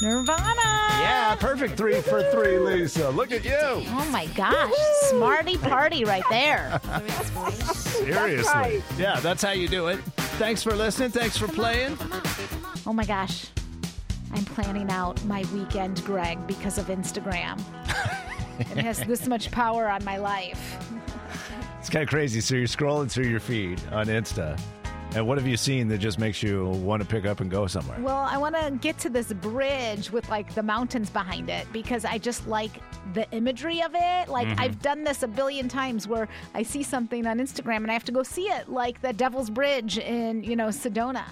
Speaker 6: Nirvana.
Speaker 5: Yeah, perfect three for three, Lisa. Look at you.
Speaker 6: Oh my gosh, smarty party right there.
Speaker 5: Seriously.
Speaker 12: right.
Speaker 5: Yeah, that's how you do it. Thanks for listening. Thanks for playing.
Speaker 6: Oh my gosh. I'm planning out my weekend, Greg, because of Instagram. it has this much power on my life.
Speaker 5: It's kind of crazy. So you're scrolling through your feed on Insta. And what have you seen that just makes you want to pick up and go somewhere?
Speaker 6: Well, I want to get to this bridge with like the mountains behind it because I just like the imagery of it. Like I've done this a billion times where I see something on Instagram and I have to go see it, like the Devil's Bridge in, you know, Sedona.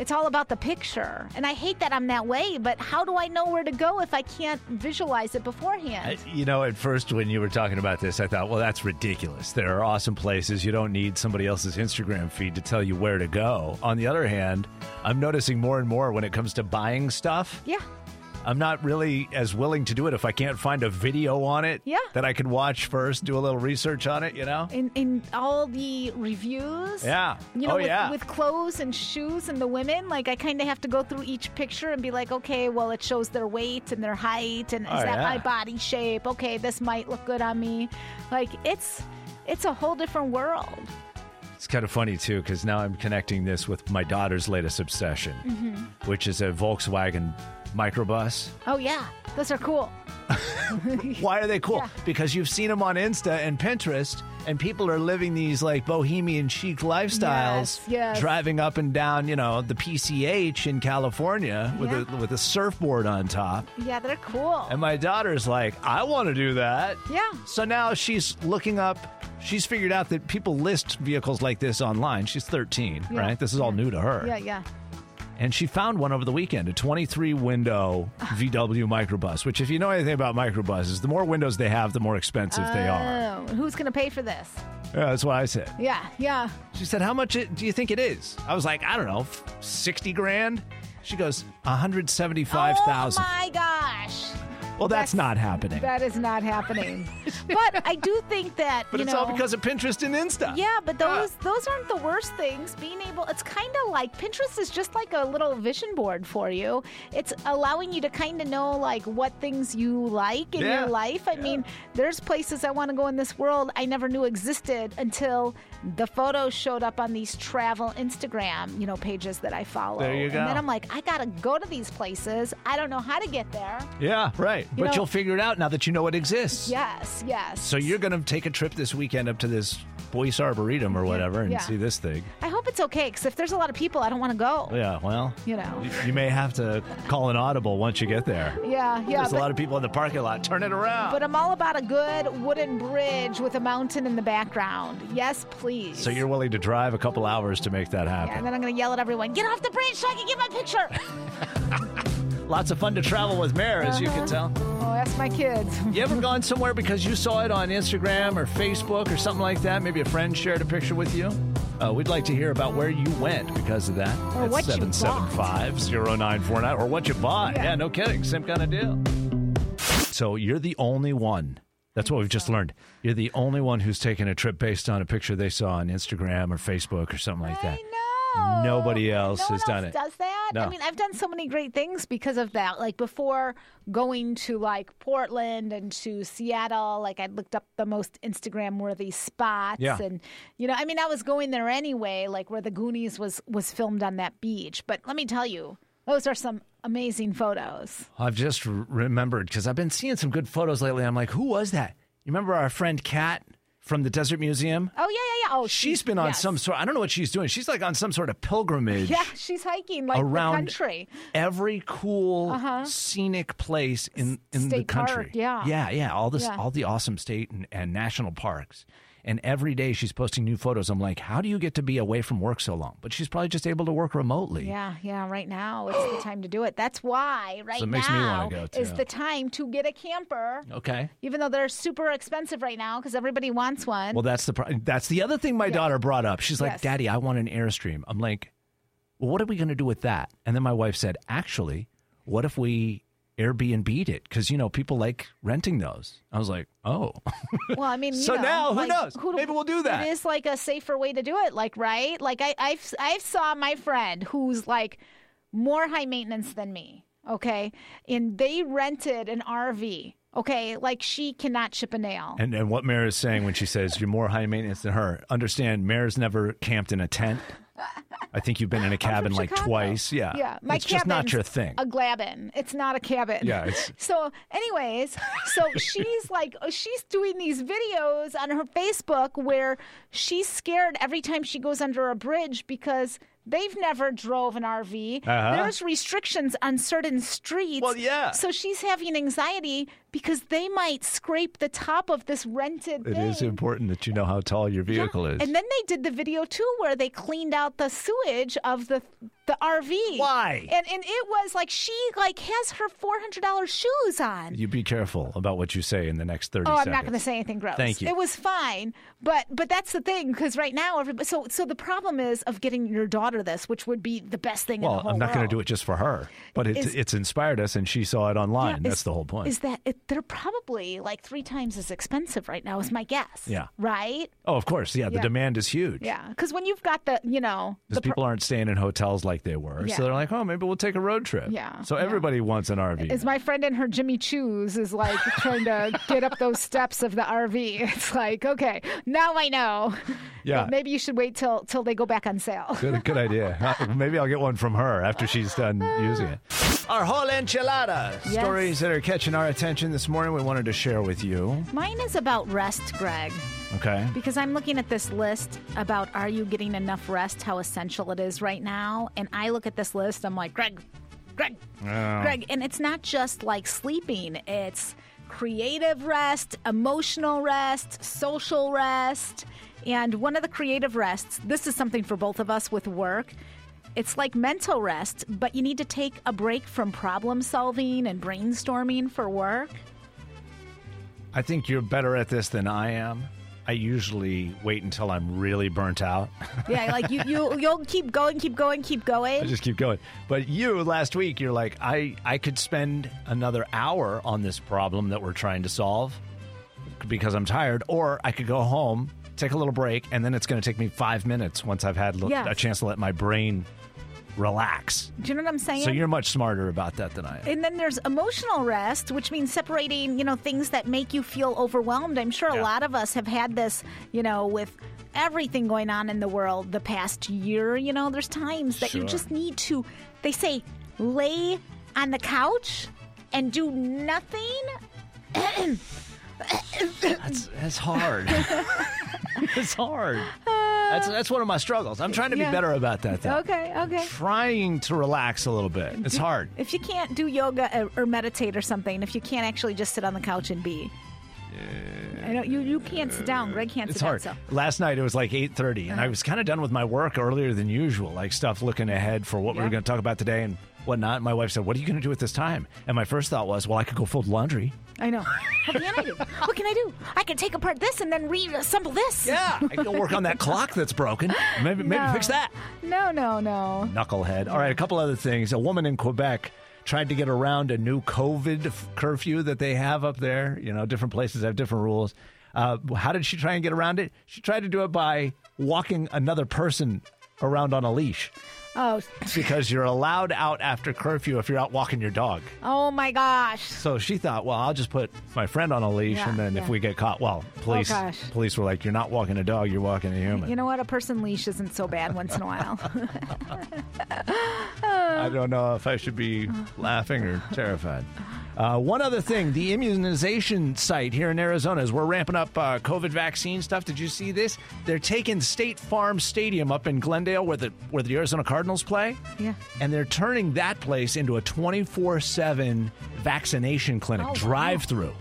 Speaker 6: It's all about the picture. And I hate that I'm that way, but how do I know where to go if I can't visualize it beforehand?
Speaker 5: I, you know, at first when you were talking about this, I thought, well, that's ridiculous. There are awesome places. You don't need somebody else's Instagram feed to tell you where to go. On the other hand, I'm noticing more and more when it comes to buying stuff,
Speaker 6: yeah.
Speaker 5: I'm not really as willing to do it if I can't find a video on it
Speaker 6: Yeah.
Speaker 5: that I can watch first, do a little research on it, you know?
Speaker 6: in in all the reviews.
Speaker 5: Yeah.
Speaker 6: You know,
Speaker 5: Oh,
Speaker 6: with,
Speaker 5: yeah.
Speaker 6: with clothes and shoes and the women, like I kind of have to go through each picture and be like, okay, well, it shows their weight and their height, and is
Speaker 5: Oh,
Speaker 6: that
Speaker 5: yeah.
Speaker 6: my body shape? Okay, this might look good on me. Like it's it's a whole different world.
Speaker 5: It's kind of funny too because now I'm connecting this with my daughter's latest obsession, which is a Volkswagen microbus.
Speaker 6: Oh yeah, those are cool.
Speaker 5: Why are they cool? Because you've seen them on Insta and Pinterest, and people are living these like bohemian chic lifestyles,
Speaker 6: Yes, yes.
Speaker 5: driving up and down, you know, the PCH in California with
Speaker 6: Yeah.
Speaker 5: a with a surfboard on top.
Speaker 6: Yeah, they're cool.
Speaker 5: And my daughter's like, I want to do that.
Speaker 6: Yeah.
Speaker 5: So now she's looking up. She's figured out that people list vehicles like this online. She's 13,
Speaker 6: Yeah.
Speaker 5: right? This is all new to her.
Speaker 6: Yeah, yeah.
Speaker 5: And she found one over the weekend, a 23 window
Speaker 6: Ah.
Speaker 5: VW microbus, which, if you know anything about microbuses, the more windows they have, the more expensive they are.
Speaker 6: Oh, who's going to pay for this?
Speaker 5: Yeah, that's what I said.
Speaker 6: Yeah, yeah.
Speaker 5: She said, How much it- do you think it is? I was like, I don't know, f- 60 grand? She goes, 175,000.
Speaker 6: Oh my gosh.
Speaker 5: well, that's, not happening.
Speaker 6: That is not happening. but I do think that
Speaker 5: but
Speaker 6: you
Speaker 5: it's
Speaker 6: know,
Speaker 5: all because of Pinterest and Insta.
Speaker 6: Yeah, but those those aren't the worst things. Being able, it's kind of like Pinterest is just like a little vision board for you. It's allowing you to kind of know like what things you like in
Speaker 13: Yeah.
Speaker 6: your life. I mean, there's places I want to go in this world I never knew existed until the photos showed up on these travel Instagram, you know, pages that I follow.
Speaker 5: There you go.
Speaker 6: And then I'm like, I gotta go to these places. I don't know how to get there.
Speaker 5: Yeah, right. but
Speaker 6: know-
Speaker 5: you'll figure it out now that you know it exists.
Speaker 6: Yes, yes.
Speaker 5: So you're going to take a trip this weekend up to this Boyce Arboretum or whatever and
Speaker 6: yeah.
Speaker 5: see this thing.
Speaker 6: I hope it's okay because if there's a lot of people, I don't want to go.
Speaker 5: Yeah, well,
Speaker 6: You know.
Speaker 5: y- you may have to call an audible once you get there.
Speaker 6: Yeah, yeah.
Speaker 5: There's
Speaker 6: but-
Speaker 5: a lot of people in the parking lot. Turn it around.
Speaker 6: But I'm all about a good wooden bridge with a mountain in the background. Yes, please.
Speaker 5: so you're willing to drive a couple hours to make that
Speaker 6: yeah,
Speaker 5: happen.
Speaker 6: and then I'm going to yell at everyone, get off the bridge so I can get my picture.
Speaker 5: Lots of fun to travel with Mare, as you can tell.
Speaker 6: oh, that's my kids.
Speaker 5: You ever gone somewhere because you saw it on Instagram or Facebook or something like that? Maybe a friend shared a picture with you? Uh, we'd like to hear about where you went because of that.
Speaker 14: Or
Speaker 5: It's
Speaker 14: what you bought.
Speaker 5: 775 0949 or what you bought. Yeah. no kidding. Same kind of deal. So you're the only one. That's what we've just learned. You're the only one who's taken a trip based on a picture they saw on Instagram or Facebook or something like that. I know. Nobody else has done it.
Speaker 6: Does that?
Speaker 5: No.
Speaker 6: I mean, I've done so many great things because of that. Like before going to like Portland and to Seattle, like I looked up the most Instagram worthy spots
Speaker 13: Yeah.
Speaker 6: and you know, I mean, I was going there anyway, like where the Goonies was was filmed on that beach. But let me tell you, those are some amazing photos.
Speaker 5: I've just r- remembered because I've been seeing some good photos lately. I'm like, who was that? You remember our friend Kat from the Desert Museum?
Speaker 6: Oh yeah, yeah, yeah. Oh,
Speaker 5: She's been on
Speaker 6: yes.
Speaker 5: some sort. I don't know what she's doing. She's like on some sort of pilgrimage.
Speaker 6: Yeah, she's hiking like
Speaker 5: around
Speaker 6: the country.
Speaker 5: Every cool
Speaker 6: Uh-huh.
Speaker 5: scenic place in in the
Speaker 6: state
Speaker 5: country.
Speaker 6: park, yeah.
Speaker 5: yeah, yeah. All this,
Speaker 6: Yeah.
Speaker 5: all the awesome state and, and national parks. And every day she's posting new photos. I'm like, how do you get to be away from work so long? But she's probably just able to work remotely.
Speaker 6: Yeah, yeah. Right now, it's the time to do it. That's why right
Speaker 5: So it makes me
Speaker 6: now
Speaker 5: wanna go,
Speaker 6: is
Speaker 5: too.
Speaker 6: the time to get a camper.
Speaker 5: Okay.
Speaker 6: even though they're super expensive right now because everybody wants one.
Speaker 5: Well, that's the pro- that's the other thing my daughter brought up. She's like,
Speaker 6: Yes.
Speaker 5: "Daddy, I want an Airstream." I'm like, "Well, what are we going to do with that?" And then my wife said, "Actually, what if we Airbnb'd it? Because you know people like renting those." I was like, "Oh,
Speaker 6: Well, I mean, you
Speaker 5: So
Speaker 6: know,
Speaker 5: now, who
Speaker 6: like,
Speaker 5: knows?
Speaker 6: Who, Maybe we'll do
Speaker 5: that.
Speaker 6: It is like a safer way to do it, like right? Like I, I've, I've saw my friend who's like more high maintenance than me. Okay, and they rented an RV. Okay, like she cannot chip a nail.
Speaker 5: And and what Mare is saying when she says you're more high maintenance than her, understand Mare's never camped in a tent. I think you've been in a cabin like
Speaker 6: Chicago.
Speaker 5: twice. Yeah.
Speaker 6: Yeah. My
Speaker 5: it's just not
Speaker 6: cabin's
Speaker 5: your thing.
Speaker 6: A glabin. It's not a cabin.
Speaker 5: Yeah, it's-
Speaker 6: So, anyways, so she's like, she's doing these videos on her Facebook where she's scared every time she goes under a bridge because. They've never drove an RV.
Speaker 13: Uh-huh.
Speaker 6: There's restrictions on certain streets.
Speaker 13: Well, yeah.
Speaker 6: So she's having anxiety because they might scrape the top of this rented
Speaker 5: It
Speaker 6: thing.
Speaker 5: is important that you know how tall your vehicle is.
Speaker 6: And then they did the video too, where they cleaned out the sewage of the the RV.
Speaker 5: Why?
Speaker 6: And and it was like she like has her four hundred dollars shoes on.
Speaker 5: you be careful about what you say in the next 30
Speaker 6: Oh, I'm
Speaker 5: seconds.
Speaker 6: not going to say anything gross.
Speaker 5: Thank you.
Speaker 6: It was fine, but but that's the thing because right now everybody. So so the problem is of getting your daughter this, which would be the best thing. in
Speaker 5: Well,
Speaker 6: the whole
Speaker 5: I'm not going
Speaker 6: world.
Speaker 5: to do it just for her, but it,
Speaker 6: Is-
Speaker 5: it's inspired us, and she saw it online.
Speaker 6: Yeah,
Speaker 5: That's
Speaker 6: is-
Speaker 5: the whole point.
Speaker 6: Is that it, they're probably like three times as expensive right now? Is my guess.
Speaker 5: Yeah.
Speaker 6: Right.
Speaker 5: oh, of course. Yeah, the
Speaker 6: Yeah.
Speaker 5: demand is huge.
Speaker 6: Yeah. Because when you've got the you know
Speaker 5: Because people aren't staying in hotels like they were.
Speaker 6: Yeah.
Speaker 5: So they're like, oh, maybe we'll take a road trip.
Speaker 6: Yeah,
Speaker 5: So everybody wants an RV.
Speaker 6: Is my friend in her Jimmy Choos is like trying to get up those steps of the RV. It's like, okay, now I know.
Speaker 5: Yeah.
Speaker 6: Maybe you should wait till till they go back on sale.
Speaker 5: Good, good idea. Uh, Maybe I'll get one from her after she's done using it. Our whole enchilada
Speaker 6: Yes.
Speaker 5: stories that are catching our attention this morning, we wanted to share with you.
Speaker 6: Mine is about rest, Greg.
Speaker 5: Okay.
Speaker 6: Because I'm looking at this list about are you getting enough rest, how essential it is right now. And I look at this list, I'm like, Greg, Greg,
Speaker 5: Yeah.
Speaker 6: Greg. And it's not just like sleeping, it's creative rest, emotional rest, social rest. And one of the creative rests, this is something for both of us with work. It's like mental rest, but you need to take a break from problem solving and brainstorming for work.
Speaker 5: I think you're better at this than I am. I usually wait until I'm really burnt out.
Speaker 6: Yeah, like you, you you'll keep going, keep going, keep going.
Speaker 5: I just keep going. But you last week, you're like, I, I could spend another hour on this problem that we're trying to solve because I'm tired, or I could go home, take a little break, and then it's going to take me five minutes once I've had l-
Speaker 6: Yes.
Speaker 5: a chance to let my brain relax.
Speaker 6: Do you know what I'm saying?
Speaker 5: So you're much smarter about that than I am.
Speaker 6: and then there's emotional rest, which means separating, you know, things that make you feel overwhelmed. I'm sure a
Speaker 5: Yeah.
Speaker 6: lot of us have had this, you know, with everything going on in the world the past year, you know, there's times that you
Speaker 13: Sure.
Speaker 6: just need to they say lay on the couch and do nothing.
Speaker 5: That's, that's hard. it's hard. That's, that's one of my struggles. I'm trying to
Speaker 6: Uh, Yeah.
Speaker 5: be better about that, though.
Speaker 6: Okay, okay.
Speaker 5: Trying to relax a little bit. It's hard.
Speaker 6: If you can't do yoga or- or meditate or something, if you can't actually just sit on the couch and be, I know you you can't sit down. Greg can't
Speaker 5: It's
Speaker 6: sit
Speaker 5: hard.
Speaker 6: down. So. Uh-huh.
Speaker 5: Last night it was like 8:30 and I was kind of done with my work earlier than usual, like stuff looking ahead for what we were
Speaker 6: Yeah.
Speaker 5: going to talk about today and whatnot. My wife said, "What are you going to do at this time?" And my first thought was, "Well, I could go fold laundry."
Speaker 6: I know. What can I do? What can I do? I can take apart this and then reassemble this.
Speaker 5: Yeah, I can go work on that clock that's broken. Maybe maybe fix that.
Speaker 6: No, no, no.
Speaker 5: Knucklehead. All right, a couple other things. A woman in Quebec tried to get around a new COVID f- curfew that they have up there. You know, different places have different rules. Uh, how did she try and get around it? She tried to do it by walking another person around on a leash.
Speaker 6: Oh,
Speaker 5: because you're allowed out after curfew if you're out walking your dog.
Speaker 6: oh my gosh.
Speaker 5: So she thought, well, I'll just put my friend on a leash,
Speaker 6: Yeah,
Speaker 5: and then if
Speaker 6: yeah. Oh,
Speaker 5: we get caught, well, police
Speaker 6: gosh.
Speaker 5: police were like, you're not walking a dog, you're walking a human.
Speaker 6: You know what? A person leash isn't so bad once in a while.
Speaker 5: I don't know if I should be laughing or terrified. Uh, one other thing, the immunization site here in Arizona is we're ramping up uh, COVID vaccine stuff. Did you see this? They're taking State Farm Stadium up in Glendale, where the where the Arizona Cardinals play.
Speaker 6: Yeah.
Speaker 5: and they're turning that place into a 24-7 vaccination clinic
Speaker 6: Oh, wow.
Speaker 5: drive-through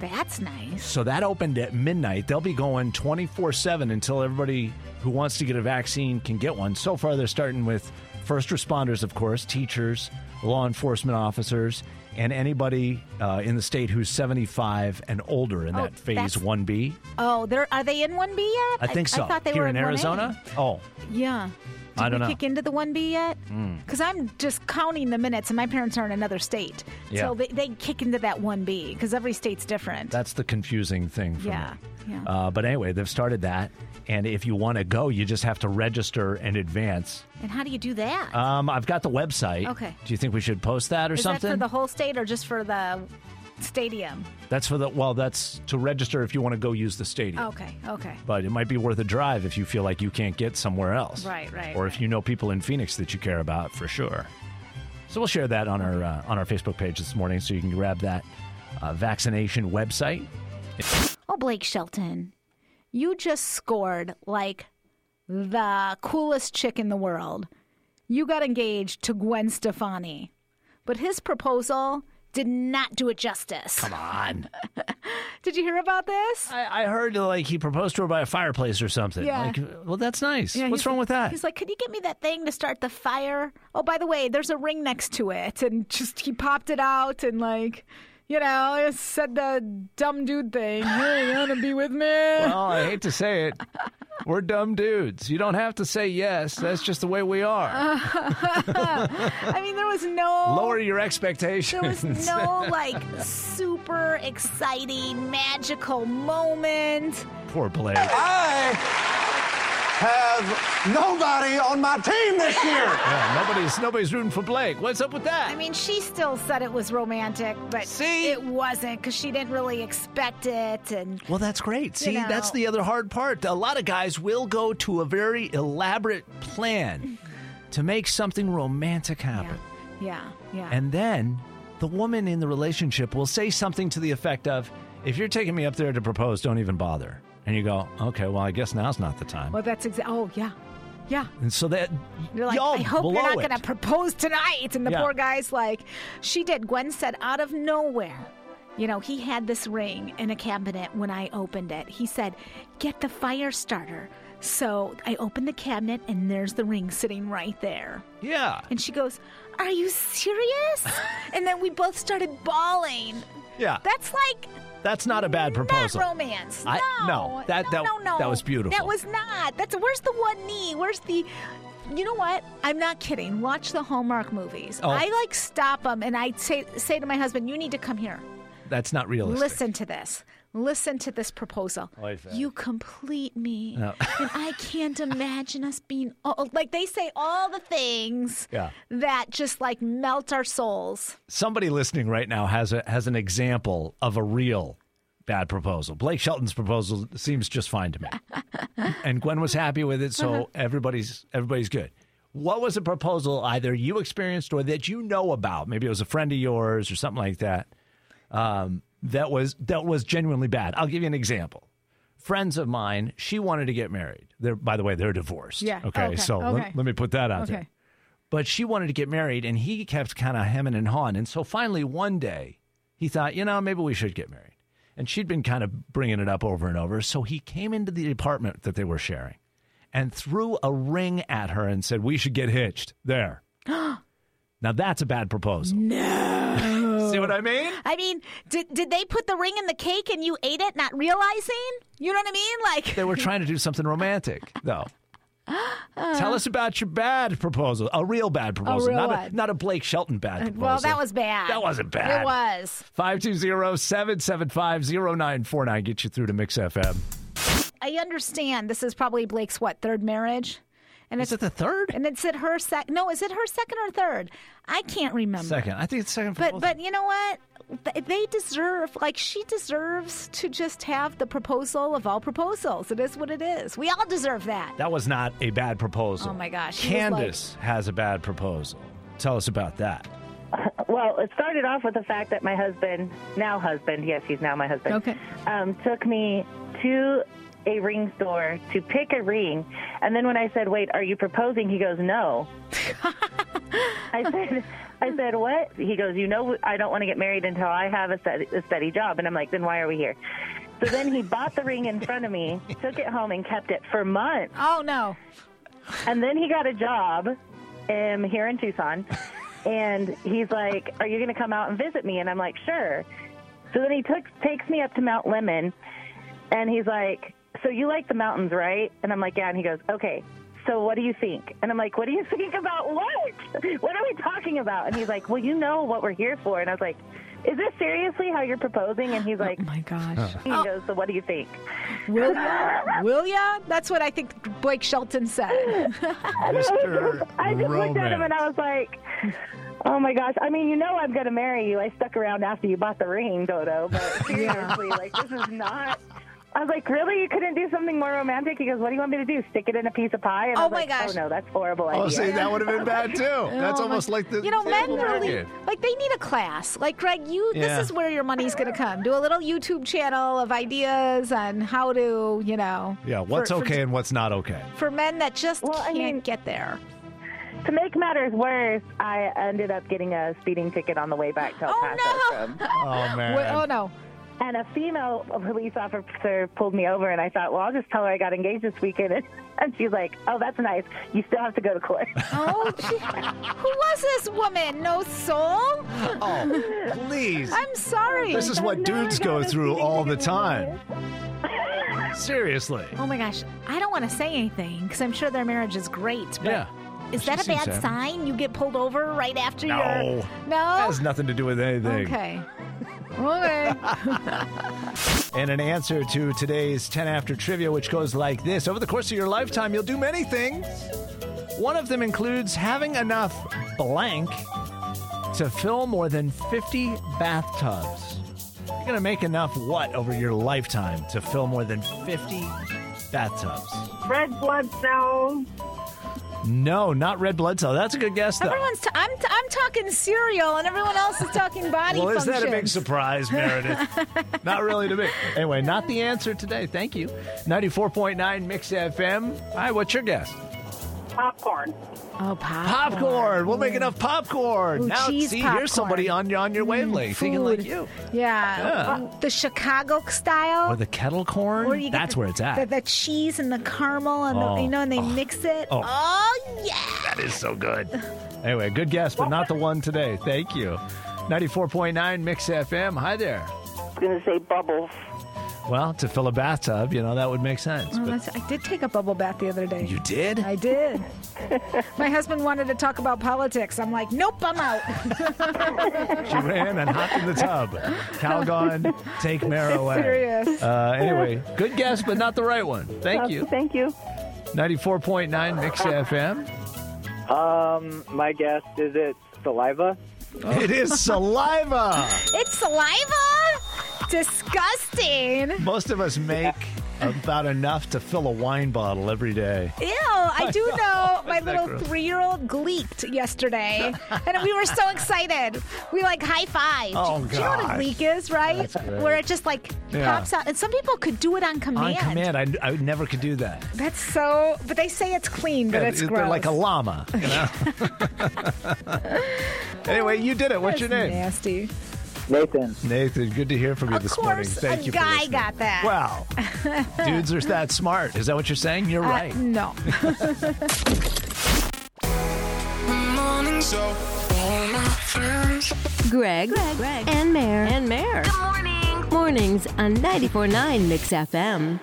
Speaker 6: That's nice.
Speaker 5: so that opened at midnight they'll be going 24-7 until everybody who wants to get a vaccine can get one so far they're starting with first responders of course teachers law enforcement officers and anybody uh, in the state who's 75 and older in
Speaker 6: Oh,
Speaker 5: that phase
Speaker 6: that's-
Speaker 5: 1b
Speaker 6: Oh, there are they in one B
Speaker 5: i
Speaker 6: yet?
Speaker 5: think so
Speaker 6: I, thought they
Speaker 5: here
Speaker 6: were
Speaker 5: in
Speaker 6: 1A.
Speaker 5: arizona oh
Speaker 6: Yeah. Did
Speaker 5: I don't
Speaker 6: we
Speaker 5: know.
Speaker 6: kick into the one B yet?
Speaker 5: Mm.
Speaker 6: Because I'm just counting the minutes, and my parents are in another state,
Speaker 5: Yeah.
Speaker 6: so they, they kick into that one B because every state's different.
Speaker 5: that's the confusing thing for
Speaker 6: yeah,
Speaker 5: me
Speaker 6: yeah.
Speaker 5: Uh, but anyway, they've started that. And if you want to go, you just have to register in advance.
Speaker 6: and how do you do that?
Speaker 5: Um, I've got the website.
Speaker 6: Okay.
Speaker 5: Do you think we should post that or
Speaker 6: Is
Speaker 5: something?
Speaker 6: that for the whole state or just for the stadium?
Speaker 5: that's for the, well, that's to register if you want to go use the stadium.
Speaker 6: Okay, okay.
Speaker 5: But it might be worth a drive if you feel like you can't get somewhere else.
Speaker 6: Right, right,
Speaker 5: Or if you know people in Phoenix that you care about for sure. So we'll share that on our uh, on our Facebook page this morning so you can grab that uh, vaccination website.
Speaker 6: Oh, Blake Shelton, you just scored like the coolest chick in the world. You got engaged to Gwen Stefani, but his proposal did not do it justice. Come
Speaker 5: on.
Speaker 6: did you hear about this?
Speaker 5: I, I heard like he proposed to her by a fireplace or something.
Speaker 6: Yeah.
Speaker 5: Like, well, that's nice.
Speaker 6: Yeah,
Speaker 5: What's
Speaker 6: he's-
Speaker 5: wrong with that?
Speaker 6: He's like, could you get me that thing to start the fire? Oh, by the way, there's a ring next to it. And just he popped it out and, like, you know, said the dumb dude thing. Hey, you want to be with me?
Speaker 5: Well, I hate to say it. We're dumb dudes. You don't have to say yes. That's just the way we are.
Speaker 6: I mean, there was no.
Speaker 5: Lower your
Speaker 6: Oh. There
Speaker 5: expectations.
Speaker 6: was no like super exciting magical moment.
Speaker 5: Poor Blake.
Speaker 6: I
Speaker 13: have nobody on my team this year.
Speaker 5: Yeah, nobody's nobody's rooting for Blake. What's up with that?
Speaker 6: I mean, she still said it was romantic, but
Speaker 5: See?
Speaker 6: it wasn't because she didn't really expect it. And
Speaker 5: Well, that's great. See,
Speaker 6: You know.
Speaker 5: that's the other hard part. A lot of guys will go to a very elaborate plan to make something romantic happen.
Speaker 6: yeah, yeah.
Speaker 5: And then the woman in the relationship will say something to the effect of, If you're taking me up there to propose, don't even bother. And you go, Okay, well, I guess now's not the time.
Speaker 6: well, that's exactly. Oh, yeah, yeah.
Speaker 5: And so that
Speaker 6: You're like,
Speaker 5: y'all
Speaker 6: I hope you're
Speaker 5: blow
Speaker 6: not
Speaker 5: it.
Speaker 6: going to propose tonight. And the
Speaker 5: Yeah.
Speaker 6: poor guy's like, she did. Gwen said, out of nowhere. You know, he had this ring in a cabinet when I opened it. He said, get the fire starter. So I opened the cabinet and there's the ring sitting right there.
Speaker 5: Yeah.
Speaker 6: And she goes, Are you serious? and then we both started bawling.
Speaker 5: Yeah.
Speaker 6: That's like
Speaker 5: That's not a bad proposal.
Speaker 6: not romance.
Speaker 5: I-
Speaker 6: no.
Speaker 5: no, that-
Speaker 6: no,
Speaker 5: that-
Speaker 6: no, no.
Speaker 5: that was beautiful.
Speaker 6: That was not. That's where's the one knee? Where's the you know what? I'm not kidding. Watch the Hallmark movies.
Speaker 5: Oh.
Speaker 6: I like stop them and I say say to my husband, "You need to come here.
Speaker 5: That's not realistic.
Speaker 6: Listen to this. Listen to this proposal.
Speaker 5: Like that.
Speaker 6: you complete me,
Speaker 5: No.
Speaker 6: and I can't imagine us being all, like they say all the things
Speaker 5: Yeah.
Speaker 6: that just like melt our souls.
Speaker 5: somebody listening right now has a has an example of a real bad proposal. Blake Shelton's proposal seems just fine to me. and Gwen was happy with it, so everybody's everybody's good. What was a proposal either you experienced or that you know about? Maybe it was a friend of yours or something like that. Um, that was that was genuinely bad. I'll give you an example. Friends of mine, she wanted to get married. They're by the way, they're divorced.
Speaker 14: Yeah.
Speaker 5: Okay.
Speaker 14: Okay.
Speaker 5: So
Speaker 14: Okay.
Speaker 5: Let, let me put that out there
Speaker 14: Okay.
Speaker 5: but she wanted to get married and he kept kind of hemming and hawing. And so finally, one day, he thought, you know, maybe we should get married. And she'd been kind of bringing it up over and over. So he came into the apartment that they were sharing and threw a ring at her and said, we should get hitched there. now, that's a bad proposal. No. See what I mean?
Speaker 6: I mean, did did they put the ring in the cake and you ate it, not realizing? You know what I mean? Like
Speaker 5: They were trying to do something romantic, though. Tell us about your bad proposal, a real bad proposal,
Speaker 6: real
Speaker 5: not, a,
Speaker 6: one. Uh,
Speaker 5: not a Blake Shelton bad proposal.
Speaker 6: Well, that was bad.
Speaker 5: That wasn't bad.
Speaker 6: It was.
Speaker 5: 520-775-0949 get you through to Mix FM.
Speaker 6: I understand this is probably Blake's what third marriage, and
Speaker 5: Is it the third?
Speaker 6: And it's at her sec. No, is it her second or third? I can't remember.
Speaker 5: Second. I think it's second for
Speaker 6: But
Speaker 5: both.
Speaker 6: but you know what? Th- They deserve like she deserves to just have the proposal of all proposals. It is what it is. We all deserve that.
Speaker 5: that was not a bad proposal.
Speaker 6: Oh, my gosh. He was
Speaker 5: Candace has a bad proposal. Tell us about that.
Speaker 15: Well, it started off with the fact that my husband, now husband, yes, he's now my husband, okay.
Speaker 6: Oh
Speaker 15: um, took me to a ring store to pick a ring. And then when I said, wait, are you proposing? He goes, no. I said, I said, what? He goes, you know, I don't want to get married until I have a steady, a steady job. And I'm like, then why are we here? So then he bought the ring in front of me, took it home, and kept it for months.
Speaker 6: Oh, no.
Speaker 15: And then he got a job um, here in Tucson. And he's like, Are you going to come out and visit me? And I'm like, Sure. So then he took, takes me up to Mount Lemon. And he's like, So you like the mountains, right? And I'm like, Yeah. And he goes, Okay. So what do you think? And I'm like, What do you think about what? What are we talking about? And he's like, Well, you know what we're here for. And I was like, Is this seriously how you're proposing? And he's like, Oh my
Speaker 6: gosh.
Speaker 15: He goes, So what do you think?
Speaker 6: Will ya? Will ya? That's what I think Blake Shelton said.
Speaker 5: Mr.
Speaker 15: I just looked at him and I was like, "Oh my gosh! I mean, you know, I'm gonna marry you. I stuck around after you bought the ring, Dodo. But seriously, like, this is not." I was like, "Really? You couldn't do something more romantic?" He goes, "What do you want me to do? Stick it in a piece of pie?" And I
Speaker 6: Oh
Speaker 15: was
Speaker 6: my
Speaker 15: like,
Speaker 6: gosh.
Speaker 15: Oh no, that's a horrible
Speaker 11: Oh,
Speaker 15: idea.
Speaker 11: see, that would have been bad too. That's
Speaker 6: Oh, my-
Speaker 11: almost like the
Speaker 6: you know men
Speaker 11: table
Speaker 6: really
Speaker 11: argument.
Speaker 6: like they need a class. Like Greg, you
Speaker 11: Yeah.
Speaker 6: this is where your money's going to come. Do a little YouTube channel of ideas on how to you know
Speaker 5: Yeah, what's
Speaker 6: for- for-
Speaker 5: okay and what's not okay?
Speaker 6: for men that just
Speaker 15: I
Speaker 6: can't
Speaker 15: mean-
Speaker 6: get there.
Speaker 15: To make matters worse, I ended up getting a speeding ticket on the way back to El Paso. from-
Speaker 5: Oh man.
Speaker 6: Oh, Wait, oh no.
Speaker 15: And a female police officer pulled me over, and I thought, well, I'll just tell her I got engaged this weekend. And she's like, oh, that's nice. You still have to go to court.
Speaker 6: Oh, gee. who was this woman? No soul?
Speaker 5: Oh, please.
Speaker 6: I'm sorry.
Speaker 5: This is what dudes go through all the time. Seriously.
Speaker 6: Oh my gosh, I don't want to say anything because I'm sure their marriage is great. But
Speaker 5: Yeah.
Speaker 6: Is
Speaker 5: She
Speaker 6: that a
Speaker 5: seems
Speaker 6: bad
Speaker 5: happy.
Speaker 6: sign? You get pulled over right after
Speaker 5: No.
Speaker 6: your no.
Speaker 5: That has nothing to do with anything.
Speaker 6: Okay. Okay.
Speaker 5: And an answer to today's 10 after trivia, which goes like this Over the course of your lifetime, you'll do many things. One of them includes having enough blank to fill more than 50 bathtubs. You're going to make enough what over your lifetime to fill more than 50 bathtubs?
Speaker 8: Red blood cells.
Speaker 5: No, not red blood cell. That's a good guess, though.
Speaker 6: Everyone's. T- I'm. T- I'm talking cereal, and everyone else is talking body.
Speaker 5: Well, is
Speaker 6: functions.
Speaker 5: that a big surprise, Meredith? not really to me. Anyway, not the answer today. Thank you. 94.9 Mix FM. Hi, what's your guess?
Speaker 8: Popcorn.
Speaker 6: Oh, popcorn.
Speaker 5: Popcorn. We'll make enough popcorn.
Speaker 6: Ooh,
Speaker 5: now,
Speaker 6: cheese Mm,
Speaker 5: see, here's somebody on, on your wavelength thinking like you.
Speaker 6: Yeah. Um,
Speaker 5: Yeah.
Speaker 6: The Chicago style.
Speaker 5: Or the kettle corn?
Speaker 6: Where you get
Speaker 5: That's
Speaker 6: the-
Speaker 5: where it's at.
Speaker 6: The, the cheese and the caramel and
Speaker 5: Oh.
Speaker 6: the you know, and they mix it.
Speaker 5: Oh.
Speaker 6: Oh, yeah.
Speaker 5: That is so good. Anyway, good guess, but not the one today. Thank you. 94.9 Mix FM. Hi there.
Speaker 7: I was going to say bubbles.
Speaker 5: Well, to fill a bathtub, you know, that would make sense.
Speaker 6: Well,
Speaker 5: But
Speaker 6: Oh, that's- I did take a bubble bath the other day.
Speaker 5: you did?
Speaker 6: I did. My husband wanted to talk about politics. I'm like, nope, I'm out.
Speaker 5: She ran and hopped in the tub. Calgon, take Mare away.
Speaker 6: Serious.
Speaker 5: Uh, anyway, good guess, but not the right one. Thank you.
Speaker 14: Thank you.
Speaker 5: 94.9 Mix FM.
Speaker 14: Um, my guess is it's saliva.
Speaker 5: It is saliva.
Speaker 6: it's saliva. Disgusting.
Speaker 5: Most of us make about enough to fill a wine bottle every day.
Speaker 6: Ew, I do
Speaker 5: I
Speaker 6: know,
Speaker 5: know.
Speaker 6: my
Speaker 5: Isn't that
Speaker 6: little
Speaker 5: gross?
Speaker 6: three year old gleeked yesterday. and we were so excited. We like high five.
Speaker 5: Oh,
Speaker 6: Do you know what a
Speaker 5: gosh.
Speaker 6: gleek is, right?
Speaker 5: That's great.
Speaker 6: Where it just like
Speaker 5: Yeah.
Speaker 6: pops out. And some people could do it on
Speaker 5: On
Speaker 6: command.
Speaker 5: command, I, I never could do that.
Speaker 6: That's so, but they say it's clean, but
Speaker 5: Yeah,
Speaker 6: it's
Speaker 5: they're
Speaker 6: gross.
Speaker 5: like a llama. You know? anyway, you did it. What's your
Speaker 6: That's
Speaker 5: name?
Speaker 6: Nasty.
Speaker 14: Nathan.
Speaker 5: Nathan, good to hear from you
Speaker 6: Of
Speaker 5: this morning.
Speaker 6: course,
Speaker 5: Thank
Speaker 6: a
Speaker 5: you. for
Speaker 6: guy
Speaker 5: listening.
Speaker 6: got that.
Speaker 5: Wow. Dudes are that smart. Is that what you're saying? You're
Speaker 6: Uh,
Speaker 5: right.
Speaker 6: No.
Speaker 1: Morning so all my friends.
Speaker 16: Greg, Greg, and Mayor, and Mayor. Good morning. Mornings on 94.9 Mix FM.